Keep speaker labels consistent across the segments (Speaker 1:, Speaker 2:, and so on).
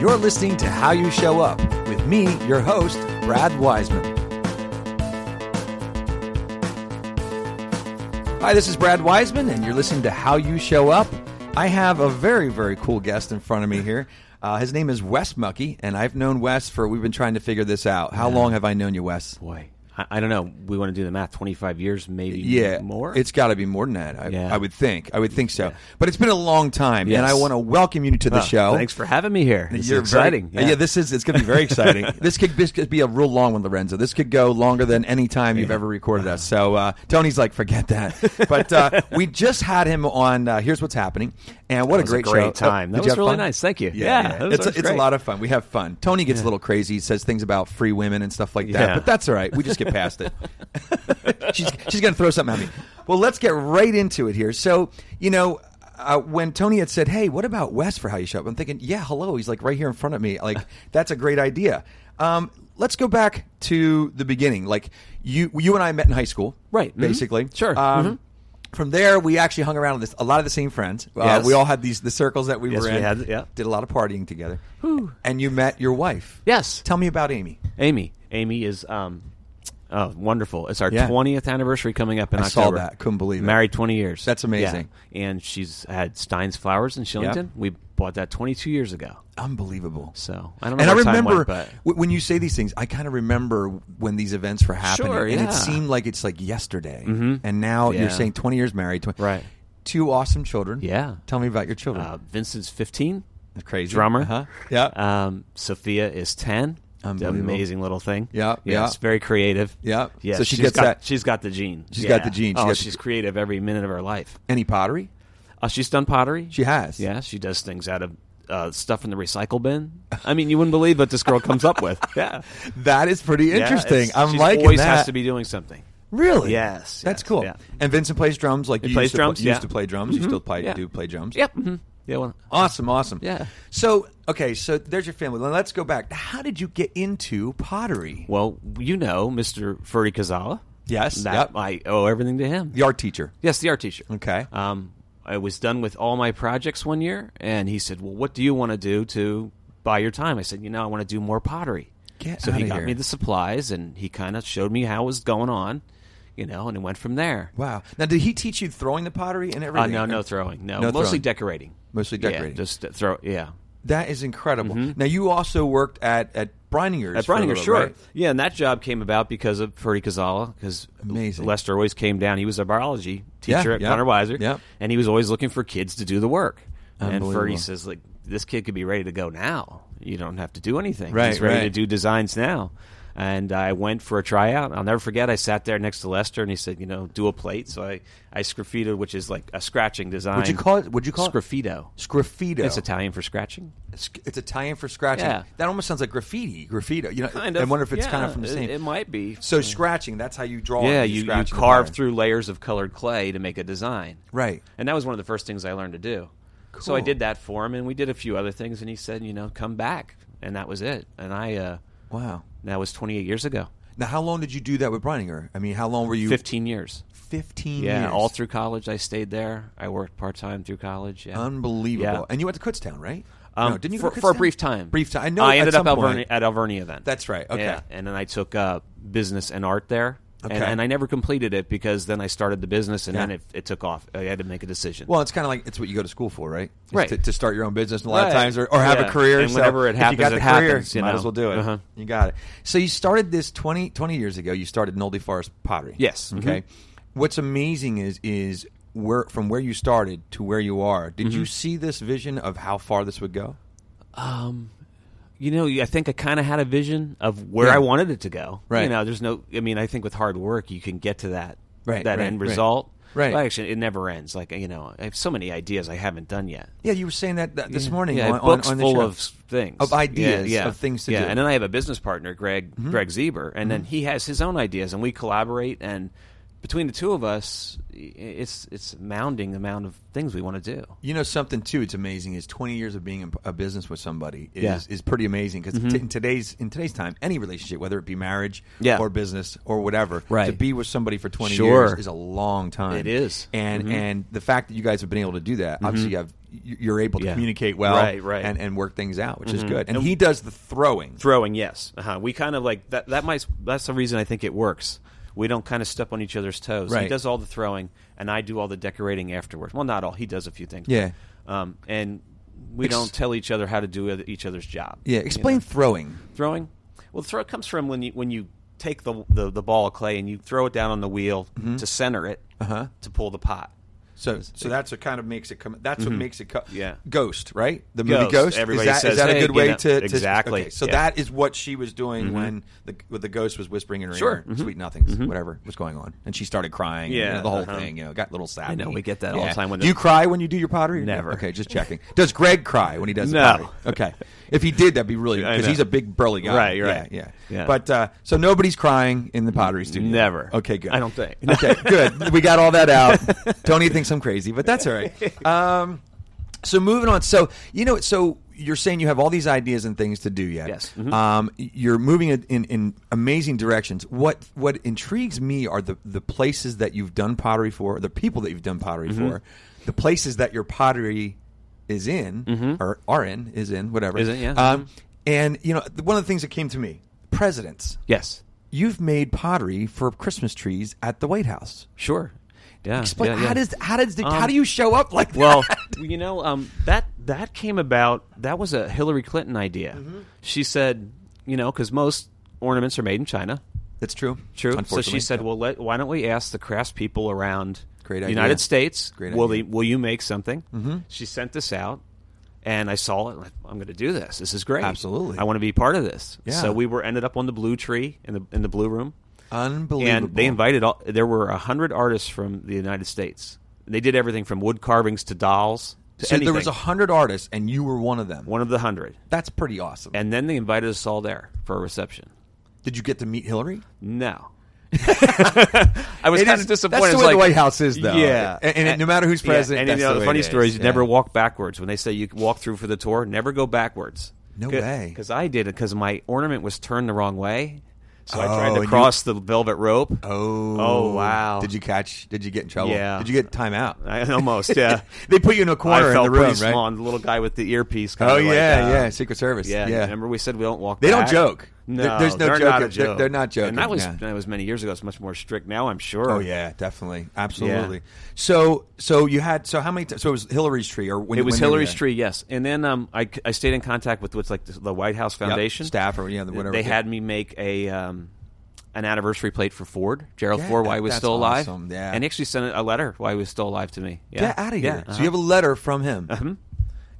Speaker 1: You're listening to How You Show Up with me, your host, Brad Wiseman. Hi, this is Brad Wiseman, and you're listening to How You Show Up. I have a very, very cool guest in front of me here. Uh, his name is Wes Mucky, and I've known Wes for, we've been trying to figure this out. How long have I known you, Wes?
Speaker 2: Boy, I, I don't know. We want to do the math. Twenty-five years, maybe.
Speaker 1: Yeah,
Speaker 2: more.
Speaker 1: It's got to be more than that. I,
Speaker 2: Yeah.
Speaker 1: I would think. I would think so. But it's been a long time,
Speaker 2: Yes.
Speaker 1: and I want to welcome you to the
Speaker 2: Oh,
Speaker 1: show.
Speaker 2: Thanks for having me here. This is
Speaker 1: You're very-
Speaker 2: exciting.
Speaker 1: yeah. this is it's going to be very exciting. this could this could be a real long one, Lorenzo. This could go longer than any time you've ever recorded us. So uh, Tony's like, forget that. But uh, we just had him on. Uh, Here's what's happening, and what
Speaker 2: was
Speaker 1: a
Speaker 2: a
Speaker 1: great,
Speaker 2: great
Speaker 1: show. Oh,
Speaker 2: time. That
Speaker 1: did you
Speaker 2: was
Speaker 1: have
Speaker 2: really
Speaker 1: fun?
Speaker 2: nice. Thank you.
Speaker 1: Yeah,
Speaker 2: Yeah, that was-
Speaker 1: it's
Speaker 2: that
Speaker 1: a,
Speaker 2: was
Speaker 1: it's a
Speaker 2: great.
Speaker 1: lot of fun. We have fun. Tony gets a little crazy. Says things about free women and stuff like that.
Speaker 2: Yeah.
Speaker 1: But that's all right. We just get past it. she's she's going to throw something at me. Well, let's get right into it here. So, you know, uh, when Tony had said, "Hey, what about Wes for how you show up?" I'm thinking, "Yeah, hello." He's like right here in front of me. Like that's a great idea. Um, let's go back to the beginning. Like you, you and I met in high school,
Speaker 2: Right. Mhm.
Speaker 1: Basically,
Speaker 2: Sure.
Speaker 1: Um,
Speaker 2: Mhm.
Speaker 1: From there, we actually hung around with this, a lot of the same friends. Uh,
Speaker 2: Yes.
Speaker 1: We all had these the circles that we
Speaker 2: Yes,
Speaker 1: were
Speaker 2: we
Speaker 1: in.
Speaker 2: had, yeah.
Speaker 1: Did a lot of partying together. And you met your wife.
Speaker 2: Yes.
Speaker 1: Tell me about Amy.
Speaker 2: Amy. Amy is um, oh, wonderful. It's our
Speaker 1: Yeah.
Speaker 2: twentieth anniversary coming up in
Speaker 1: I saw
Speaker 2: October.
Speaker 1: that. Couldn't believe it.
Speaker 2: Married twenty years.
Speaker 1: That's amazing.
Speaker 2: Yeah. And she's had Stein's Flowers in Shillington. We bought that twenty-two years ago.
Speaker 1: Unbelievable.
Speaker 2: So I don't know.
Speaker 1: and I
Speaker 2: where time
Speaker 1: remember
Speaker 2: went, but
Speaker 1: w- when you say these things, I kind of remember when these events were happening,
Speaker 2: Sure,
Speaker 1: and
Speaker 2: yeah. Mm-hmm.
Speaker 1: it seemed like it's like yesterday. And now
Speaker 2: Yeah.
Speaker 1: you're saying 20 years married, 20,
Speaker 2: Right.
Speaker 1: Two awesome children.
Speaker 2: Yeah.
Speaker 1: Tell me about your children.
Speaker 2: uh, Vincent's fifteen.
Speaker 1: It's crazy
Speaker 2: drummer. Uh,
Speaker 1: Uh-huh. Yeah.
Speaker 2: Um, Sophia is ten.
Speaker 1: Unbelievable.
Speaker 2: Amazing little thing.
Speaker 1: Yeah,
Speaker 2: Yeah.
Speaker 1: yeah.
Speaker 2: It's very creative.
Speaker 1: Yeah.
Speaker 2: Yeah.
Speaker 1: So she
Speaker 2: she's
Speaker 1: gets
Speaker 2: got,
Speaker 1: that-
Speaker 2: She's got the gene.
Speaker 1: She's
Speaker 2: She's
Speaker 1: got the gene. She
Speaker 2: oh,
Speaker 1: got the-
Speaker 2: she's creative every minute of her life.
Speaker 1: Any pottery?
Speaker 2: Uh, she's done pottery.
Speaker 1: She has.
Speaker 2: Yeah. She does things out of uh, stuff in the recycle bin. I mean, you wouldn't believe what this girl comes up with. Yeah.
Speaker 1: That is pretty
Speaker 2: Yeah,
Speaker 1: interesting.
Speaker 2: it's-
Speaker 1: I'm
Speaker 2: she's
Speaker 1: liking
Speaker 2: always
Speaker 1: that.
Speaker 2: has to be doing something.
Speaker 1: Really?
Speaker 2: Yes,
Speaker 1: That's
Speaker 2: yes,
Speaker 1: cool.
Speaker 2: yeah.
Speaker 1: And Vincent plays drums like you
Speaker 2: plays
Speaker 1: used to
Speaker 2: drums,
Speaker 1: play, you
Speaker 2: yeah. Mm-hmm.
Speaker 1: used to play drums. You still play
Speaker 2: yeah.
Speaker 1: do play drums.
Speaker 2: Yep. mhm. Yeah. Well,
Speaker 1: Awesome, awesome.
Speaker 2: Yeah.
Speaker 1: So, okay, so there's your family. Now Let's go back. How did you get into pottery?
Speaker 2: well, you know, Mr. Ferdy Kazawa.
Speaker 1: Yes,
Speaker 2: That
Speaker 1: yep.
Speaker 2: I owe everything to him.
Speaker 1: The art teacher.
Speaker 2: Yes, the art teacher.
Speaker 1: Okay.
Speaker 2: Um, I was done with all my projects one year, and he said, "Well, what do you want to do to buy your time?" I said, "You know, I want to do more pottery."
Speaker 1: Get
Speaker 2: so he
Speaker 1: outta
Speaker 2: got
Speaker 1: here.
Speaker 2: me the supplies, and he kind of showed me how it was going on, you know, and it went from there.
Speaker 1: Wow. Now, did he teach you throwing the pottery and
Speaker 2: Uh,
Speaker 1: everything?
Speaker 2: no, no throwing. No,
Speaker 1: No
Speaker 2: mostly
Speaker 1: throwing.
Speaker 2: decorating.
Speaker 1: Mostly
Speaker 2: Yeah,
Speaker 1: decorating.
Speaker 2: just uh, throw. Yeah.
Speaker 1: That is incredible. Now, you also worked at at Breininger's.
Speaker 2: Mm-hmm. At
Speaker 1: for a
Speaker 2: Breininger,
Speaker 1: little,
Speaker 2: sure.
Speaker 1: right?
Speaker 2: Yeah, and that job came about because of Ferdy Kazawa, because
Speaker 1: Amazing.
Speaker 2: Lester always came down. He was a biology
Speaker 1: Yeah,
Speaker 2: teacher at
Speaker 1: yeah,
Speaker 2: Conner Weiser,
Speaker 1: yeah.
Speaker 2: and he was always looking for kids to do the work. And
Speaker 1: Unbelievable.
Speaker 2: Ferdy says, like, this kid could be ready to go now. You don't have to do anything.
Speaker 1: Right,
Speaker 2: He's ready
Speaker 1: right.
Speaker 2: to do designs now. And I went for a tryout. I'll never forget. I sat there next to Lester, and he said, "You know, do a plate." So I, I sgraffitoed, which is like a scratching design.
Speaker 1: Would you call it? Would you call it
Speaker 2: Sgraffito.
Speaker 1: Sgraffito.
Speaker 2: It's Italian for scratching.
Speaker 1: Sc- It's Italian for scratching.
Speaker 2: Yeah.
Speaker 1: That almost sounds like graffiti. Graffito. You know,
Speaker 2: Kind of.
Speaker 1: I wonder if it's kind of
Speaker 2: yeah,
Speaker 1: from the
Speaker 2: it-
Speaker 1: same.
Speaker 2: It might be.
Speaker 1: so scratching. That's how you draw. it,
Speaker 2: Yeah, you, you
Speaker 1: scratch the
Speaker 2: carve
Speaker 1: pattern.
Speaker 2: through layers of colored clay to make a design.
Speaker 1: Right.
Speaker 2: And that was one of the first things I learned to do. So I
Speaker 1: Cool.
Speaker 2: did that for him, and we did a few other things, and he said, you know, come back. And that was it. And I, uh,
Speaker 1: Wow.
Speaker 2: that was 28 years ago,
Speaker 1: Now, how long did you do that with Breininger? I mean, how long were you?
Speaker 2: 15 years.
Speaker 1: Fifteen.
Speaker 2: Yeah,
Speaker 1: years.
Speaker 2: all through college, I stayed there. I worked part time through college. Yeah.
Speaker 1: Unbelievable.
Speaker 2: Yeah.
Speaker 1: And you went to Kutztown, right?
Speaker 2: Um,
Speaker 1: Um, no, didn't you
Speaker 2: for,
Speaker 1: go to
Speaker 2: for a
Speaker 1: Kutztown?
Speaker 2: brief time?
Speaker 1: Brief time. I know.
Speaker 2: I
Speaker 1: at
Speaker 2: ended
Speaker 1: some
Speaker 2: up
Speaker 1: point-
Speaker 2: Alvernia, at Alvernia then.
Speaker 1: That's right. Okay.
Speaker 2: Yeah, and then I took uh, business and art there.
Speaker 1: Okay.
Speaker 2: And, and I never completed it because then I started the business and
Speaker 1: Yeah.
Speaker 2: then it, it took off. I had to make a decision.
Speaker 1: Well, it's kind of like it's what you go to school for, right? Is
Speaker 2: Right.
Speaker 1: To, to start your own business, and a lot of
Speaker 2: Right.
Speaker 1: times, or, or have a
Speaker 2: Yeah.
Speaker 1: career.
Speaker 2: And
Speaker 1: so
Speaker 2: whenever
Speaker 1: if
Speaker 2: it happens,
Speaker 1: you got
Speaker 2: it
Speaker 1: the career,
Speaker 2: happens, you
Speaker 1: might
Speaker 2: know.
Speaker 1: as well do it.
Speaker 2: Uh-huh.
Speaker 1: You got it. So you started this 20, 20 years ago. You started Nolde Forest Pottery.
Speaker 2: Yes. Mm-hmm.
Speaker 1: Okay. What's amazing is is where from where you started to where you are. Did
Speaker 2: Mm-hmm.
Speaker 1: you see this vision of how far this would go?
Speaker 2: you know, I think I kind of had a vision of where
Speaker 1: Yeah.
Speaker 2: I wanted it to go.
Speaker 1: Right.
Speaker 2: You know, there's no. I mean, I think with hard work you can get to that
Speaker 1: Right,
Speaker 2: that
Speaker 1: right,
Speaker 2: end
Speaker 1: right.
Speaker 2: result.
Speaker 1: Right.
Speaker 2: Well, actually, it never ends. Like you know, I have so many ideas I haven't done yet.
Speaker 1: Yeah, you were saying that, that this morning
Speaker 2: yeah, I
Speaker 1: on,
Speaker 2: have
Speaker 1: on-
Speaker 2: books
Speaker 1: on the
Speaker 2: full
Speaker 1: show.
Speaker 2: of s- things,
Speaker 1: Of
Speaker 2: Yeah,
Speaker 1: ideas,
Speaker 2: yeah.
Speaker 1: of things to
Speaker 2: yeah.
Speaker 1: do. Mm-hmm.
Speaker 2: And then I have a business partner, Greg Greg Zeber, and then he has his own ideas, and we collaborate and between the two of us, i- it's it's mounding the amount of things we want to do.
Speaker 1: You know something too? It's amazing. Is twenty years of being in a business with somebody is
Speaker 2: Yeah. Mm-hmm.
Speaker 1: is pretty amazing because in today's in today's time, any relationship, whether it be marriage
Speaker 2: Yeah.
Speaker 1: or business or whatever, to
Speaker 2: Right.
Speaker 1: be with somebody for twenty
Speaker 2: Sure.
Speaker 1: years is a long time.
Speaker 2: It is.
Speaker 1: and
Speaker 2: Mhm.
Speaker 1: and the fact that you guys have been able to do that, obviously, you have you- you're able to
Speaker 2: Yeah.
Speaker 1: communicate well,
Speaker 2: Right, right.
Speaker 1: and and work things out, which is
Speaker 2: Mhm.
Speaker 1: good. And,
Speaker 2: And-
Speaker 1: he does the throwing.
Speaker 2: Throwing, yes. Uh-huh. We kind of like that. That might. That's the reason I think it works. We don't kind of step on each other's toes.
Speaker 1: Right.
Speaker 2: He does all the throwing, and I do all the decorating afterwards. Well, not all. He does a few things.
Speaker 1: Yeah.
Speaker 2: Um, and we
Speaker 1: Ex-
Speaker 2: don't tell each other how to do oth- each other's job.
Speaker 1: yeah,
Speaker 2: you know?
Speaker 1: explain throwing.
Speaker 2: throwing. Well, throw it comes from when you when you take the the, the ball of clay and you throw it down on the wheel
Speaker 1: Mm-hmm.
Speaker 2: to center it
Speaker 1: Uh-huh.
Speaker 2: to pull the pot.
Speaker 1: So, so that's what kind of makes it come. That's what makes it come.
Speaker 2: Mm-hmm. Yeah.
Speaker 1: Ghost, right? The movie
Speaker 2: Ghost.
Speaker 1: Ghost.
Speaker 2: Everybody
Speaker 1: is that, is
Speaker 2: says,
Speaker 1: that a
Speaker 2: "Hey,
Speaker 1: good
Speaker 2: you
Speaker 1: way
Speaker 2: know,"
Speaker 1: to, to
Speaker 2: exactly,
Speaker 1: Okay, so
Speaker 2: yeah. Mm-hmm.
Speaker 1: that is what she was doing when the when the ghost was whispering in her
Speaker 2: Sure. Mm-hmm.
Speaker 1: ear, "Sweet nothings," whatever was going on, and she started crying. you
Speaker 2: Yeah,
Speaker 1: know, the whole
Speaker 2: uh-huh.
Speaker 1: thing. You know, got a little sad.
Speaker 2: know, we get that all the time when
Speaker 1: do you
Speaker 2: the-
Speaker 1: cry when you do your pottery?
Speaker 2: Never.
Speaker 1: Okay, just checking. Does Greg cry when he does? the
Speaker 2: No.
Speaker 1: pottery? Okay. If he did, that'd be really
Speaker 2: I
Speaker 1: because
Speaker 2: know.
Speaker 1: he's a big burly guy.
Speaker 2: Right, right.
Speaker 1: Yeah. yeah.
Speaker 2: Yeah.
Speaker 1: But uh, so nobody's crying in the pottery studio.
Speaker 2: Never.
Speaker 1: Okay. Good.
Speaker 2: I don't think.
Speaker 1: Okay. Good. We got all that out. Tony thinks I'm crazy, but that's all right. Um, so moving on. So you know. So you're saying you have all these ideas and things to do yet.
Speaker 2: Yes. Mhm.
Speaker 1: Um, you're moving in, in, in amazing directions. What What intrigues me are the the places that you've done pottery for, the people that you've done pottery
Speaker 2: Mm-hmm.
Speaker 1: for, the places that your pottery is in or are in is in whatever
Speaker 2: Mm-hmm. Is in, yeah. Mm-hmm.
Speaker 1: Um, and you know one of the things that came to me, presidents.
Speaker 2: Yes.
Speaker 1: You've made pottery for Christmas trees at the White House.
Speaker 2: Sure. Yeah.
Speaker 1: Explain
Speaker 2: yeah, yeah.
Speaker 1: how does how does the, how
Speaker 2: Um,
Speaker 1: do you show up like
Speaker 2: well,
Speaker 1: that?
Speaker 2: you know, um, that that came about. That was a Hillary Clinton idea.
Speaker 1: Mm-hmm.
Speaker 2: She said, you know, because most ornaments are made in China.
Speaker 1: That's true.
Speaker 2: True. So
Speaker 1: Unfortunately.
Speaker 2: she said, "Well, let, why don't we ask the craftspeople around
Speaker 1: Great
Speaker 2: the
Speaker 1: idea.
Speaker 2: United States?
Speaker 1: Great
Speaker 2: will
Speaker 1: idea. Mm-hmm.
Speaker 2: they- will you make something?" She sent this out, and I saw it. and I- I'm going to do this. This is great.
Speaker 1: Absolutely.
Speaker 2: I want to be part of this.
Speaker 1: Yeah.
Speaker 2: So we were ended up on the blue tree in the in the blue room,
Speaker 1: unbelievable.
Speaker 2: and they invited all. There were hundred artists from the United States. They did everything from wood carvings to dolls to
Speaker 1: So
Speaker 2: anything.
Speaker 1: there was a hundred artists, and you were one of them.
Speaker 2: one of the hundred,
Speaker 1: That's pretty awesome.
Speaker 2: and then they invited us all there for a reception.
Speaker 1: Did you get to meet Hillary?
Speaker 2: No. I was
Speaker 1: It
Speaker 2: kind
Speaker 1: is-
Speaker 2: of disappointed.
Speaker 1: that's the
Speaker 2: It's
Speaker 1: way the
Speaker 2: like-
Speaker 1: White House is, though.
Speaker 2: Yeah,
Speaker 1: And- and no matter who's president,
Speaker 2: and you
Speaker 1: that's
Speaker 2: know,
Speaker 1: the
Speaker 2: the,
Speaker 1: way
Speaker 2: funny
Speaker 1: it
Speaker 2: story
Speaker 1: is,
Speaker 2: is you never
Speaker 1: yeah.
Speaker 2: walk backwards. When they say you walk through for the tour, never go backwards.
Speaker 1: No way.
Speaker 2: Because I did it because my ornament was turned the wrong way, so I tried
Speaker 1: Oh,
Speaker 2: to
Speaker 1: you-
Speaker 2: cross the velvet rope.
Speaker 1: Oh,
Speaker 2: Oh, wow.
Speaker 1: Did you catch? Did you get in trouble?
Speaker 2: Yeah.
Speaker 1: Did you get time out?
Speaker 2: I, almost, yeah.
Speaker 1: they put you in a corner
Speaker 2: I felt
Speaker 1: in the room,
Speaker 2: pretty
Speaker 1: right?
Speaker 2: small, and the little guy with the earpiece. kinda
Speaker 1: Oh
Speaker 2: like,
Speaker 1: yeah,
Speaker 2: uh,
Speaker 1: yeah. Secret Service.
Speaker 2: Yeah,
Speaker 1: yeah.
Speaker 2: remember we said we don't walk.
Speaker 1: They don't
Speaker 2: back?
Speaker 1: joke.
Speaker 2: No,
Speaker 1: There- there's no
Speaker 2: they're
Speaker 1: joke.
Speaker 2: Not a
Speaker 1: They're-
Speaker 2: joke.
Speaker 1: they're not
Speaker 2: And that was
Speaker 1: joking, yeah.
Speaker 2: that was many years ago. It's much more strict now. I'm sure.
Speaker 1: Oh yeah, definitely, absolutely. So, so you had so how many? T- so it was Hillary's tree, or when
Speaker 2: It was
Speaker 1: when you were
Speaker 2: Hillary's
Speaker 1: there?
Speaker 2: tree, yes. And then um, I, I stayed in contact with what's like the, the White House Foundation
Speaker 1: staff or, yeah, the- whatever.
Speaker 2: They had me make a um, an anniversary plate for Ford, Gerald
Speaker 1: Yeah,
Speaker 2: Ford, while
Speaker 1: that-
Speaker 2: he was
Speaker 1: that's
Speaker 2: still alive.
Speaker 1: awesome, yeah.
Speaker 2: And he actually sent a letter while he was still alive to me. Yeah.
Speaker 1: Get out of here!
Speaker 2: Yeah, uh-huh.
Speaker 1: So you have a letter from him.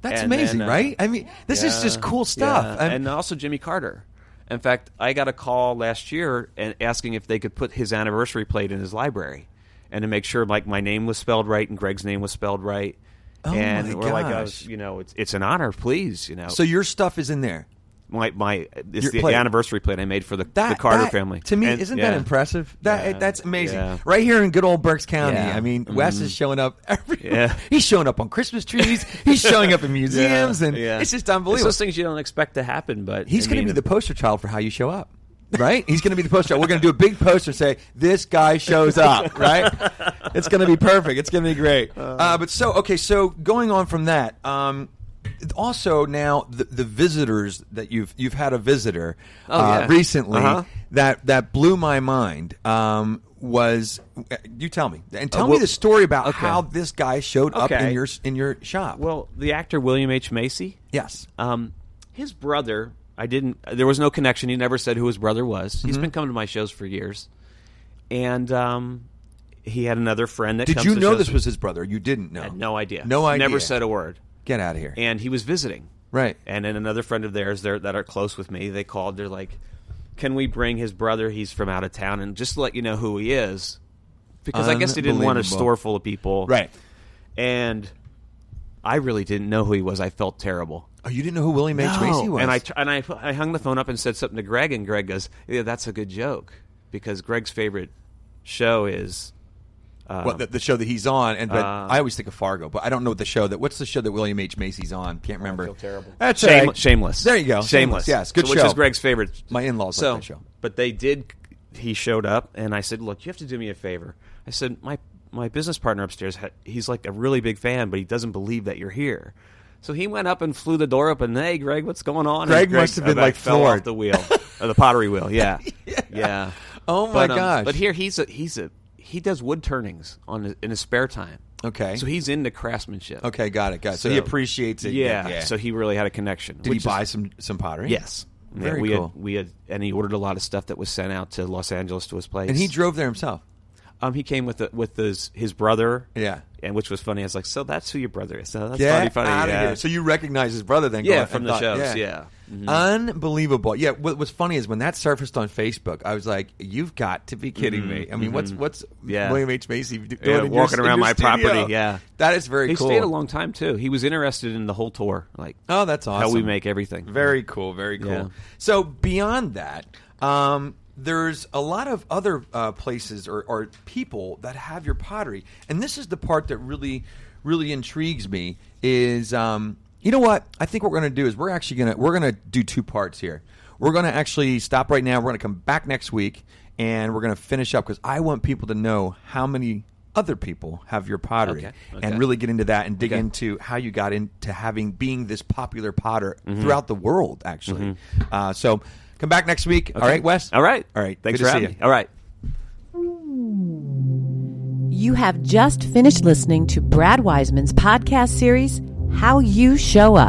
Speaker 1: That's
Speaker 2: And then,
Speaker 1: amazing,
Speaker 2: uh,
Speaker 1: right? I mean, this is just cool stuff.
Speaker 2: Yeah.
Speaker 1: I'm-
Speaker 2: And also Jimmy Carter. In fact, I got a call last year and asking if they could put his anniversary plate in his library, and to make sure like my name was spelled right and Greg's name was spelled right.
Speaker 1: Oh,
Speaker 2: and
Speaker 1: my
Speaker 2: we're like, I was-
Speaker 1: gosh.
Speaker 2: you know, it's it's an honor, please, you know.
Speaker 1: so your stuff is in there.
Speaker 2: my my it's
Speaker 1: Your
Speaker 2: the
Speaker 1: plate.
Speaker 2: anniversary plate I made for the,
Speaker 1: That
Speaker 2: the Carter
Speaker 1: that,
Speaker 2: family.
Speaker 1: To me,
Speaker 2: And-
Speaker 1: isn't
Speaker 2: yeah.
Speaker 1: that impressive? That
Speaker 2: Yeah.
Speaker 1: that's amazing.
Speaker 2: Yeah.
Speaker 1: Right here in good old Berks County.
Speaker 2: Yeah. Mm-hmm.
Speaker 1: I mean, Wes is showing up everywhere.
Speaker 2: Yeah.
Speaker 1: He's showing up on Christmas trees. He's showing up in museums, and
Speaker 2: Yeah.
Speaker 1: it's just unbelievable.
Speaker 2: those things you don't expect to happen, but
Speaker 1: He's
Speaker 2: I
Speaker 1: going to be
Speaker 2: mean,
Speaker 1: the poster child for how you show up, right? He's going to be the poster child. We're going to do a big poster and say, "This guy shows up," right? It's going to be perfect. It's going to be great. Uh, but so okay, so going on from that, um, also now the, the visitors that you've you've had a visitor
Speaker 2: Oh,
Speaker 1: uh,
Speaker 2: yeah.
Speaker 1: recently
Speaker 2: Uh-huh.
Speaker 1: that that blew my mind. Um, was uh, you tell me and tell me
Speaker 2: Uh, well-
Speaker 1: the story about
Speaker 2: okay.
Speaker 1: how this guy showed up in
Speaker 2: Okay.
Speaker 1: your in your shop?
Speaker 2: well, the actor William H Macy.
Speaker 1: yes,
Speaker 2: Um, his brother, I didn't. There was no connection. He never said who his brother was.
Speaker 1: Mm-hmm.
Speaker 2: He's been coming to my shows for years, and um, he had another friend that.
Speaker 1: did
Speaker 2: comes
Speaker 1: you
Speaker 2: to
Speaker 1: know
Speaker 2: shows
Speaker 1: this
Speaker 2: with-
Speaker 1: was his brother? You didn't know?
Speaker 2: I had no idea.
Speaker 1: No idea.
Speaker 2: Never said a word.
Speaker 1: Get out of here.
Speaker 2: And he was visiting.
Speaker 1: Right.
Speaker 2: And then another friend of theirs there that are close with me, they called. They're like, "Can we bring his brother? He's from out of town, and just let you know who he is." Because I guess they didn't want a
Speaker 1: Unbelievable.
Speaker 2: store full of people,
Speaker 1: Right.
Speaker 2: And I really didn't know who he was. I felt terrible.
Speaker 1: Oh, you didn't know who William H. Macy
Speaker 2: No.
Speaker 1: was?
Speaker 2: And I tr- and I, I hung the phone up and said something to Greg, and Greg goes, "Yeah, that's a good joke," because Greg's favorite show is. Um,
Speaker 1: well, the, the show that he's on, and but
Speaker 2: uh,
Speaker 1: I always think of Fargo, but I don't know what the show that. What's the show that William H Macy's on? Can't remember.
Speaker 3: feel terrible.
Speaker 1: That's all
Speaker 2: Shame,
Speaker 1: right.
Speaker 2: Shameless.
Speaker 1: There you go.
Speaker 2: Shameless.
Speaker 1: Yes, good
Speaker 2: So- Which
Speaker 1: show.
Speaker 2: is Greg's favorite.
Speaker 1: My in-laws like
Speaker 2: so,
Speaker 1: that show.
Speaker 2: But they did. He showed up, and I said, "Look, you have to do me a favor." I said, "My my business partner upstairs, ha- he's like a really big fan, but he doesn't believe that you're here." So he went up and flew the door open. Hey, Greg, what's going on? And
Speaker 1: Greg must have been,
Speaker 2: about
Speaker 1: like,
Speaker 2: fell
Speaker 1: floored.
Speaker 2: off the wheel, or the pottery wheel. Yeah, yeah.
Speaker 1: Oh, my
Speaker 2: but, um,
Speaker 1: gosh.
Speaker 2: But here he's a he's a he does wood turnings on his, in his spare time.
Speaker 1: Okay.
Speaker 2: So he's into craftsmanship.
Speaker 1: Okay, got it. Got it. So, he appreciates it.
Speaker 2: Yeah, So he really had a connection.
Speaker 1: did he
Speaker 2: which is-
Speaker 1: buy some some pottery?
Speaker 2: Yes. Yeah,
Speaker 1: Very
Speaker 2: we
Speaker 1: cool.
Speaker 2: had we had and he ordered a lot of stuff that was sent out to Los Angeles to his place.
Speaker 1: and he drove there himself.
Speaker 2: um he came with the, with his his brother.
Speaker 1: Yeah.
Speaker 2: And which was funny. I was like, "So that's who your brother is." So that's
Speaker 1: Get
Speaker 2: funny funny.
Speaker 1: outta
Speaker 2: yeah.
Speaker 1: here. So you recognize his brother then?
Speaker 2: Yeah,
Speaker 1: going-
Speaker 2: from
Speaker 1: and
Speaker 2: the
Speaker 1: thought-
Speaker 2: shows, yeah. Mhm.
Speaker 1: Unbelievable. Yeah. What was funny is when that surfaced on Facebook, I was like, "You've got to be kidding me!" I mean, what's what's
Speaker 2: Mm-hmm. Yeah.
Speaker 1: William H Macy doing?
Speaker 2: Yeah,
Speaker 1: in your-
Speaker 2: walking
Speaker 1: in
Speaker 2: around
Speaker 1: your
Speaker 2: my
Speaker 1: studio?
Speaker 2: property, yeah.
Speaker 1: that is very
Speaker 2: he
Speaker 1: cool.
Speaker 2: stayed a long time too. He was interested in the whole tour, like
Speaker 1: Oh, that's awesome.
Speaker 2: how we make everything.
Speaker 1: Mm-hmm. Very cool. Very cool.
Speaker 2: Yeah.
Speaker 1: So beyond that, um, there's a lot of other uh, places or, or people that have your pottery, and this is the part that really, really intrigues me. Is um, you know what? I think what we're going to do is we're actually going to we're going to do two parts here. We're going to actually stop right now. We're going to come back next week, and we're going to finish up because I want people to know how many other people have your pottery
Speaker 2: Okay.
Speaker 1: and
Speaker 2: Okay.
Speaker 1: really get into that and dig into how you got into having being this popular potter
Speaker 2: Mm-hmm.
Speaker 1: throughout the world actually uh, so come back next week all right wes
Speaker 2: All right.
Speaker 1: all right
Speaker 2: Thanks
Speaker 1: Good
Speaker 2: for
Speaker 1: to see you.
Speaker 2: having me. All right.
Speaker 4: You have just finished listening to Brad Wiseman's podcast series, How You Show Up.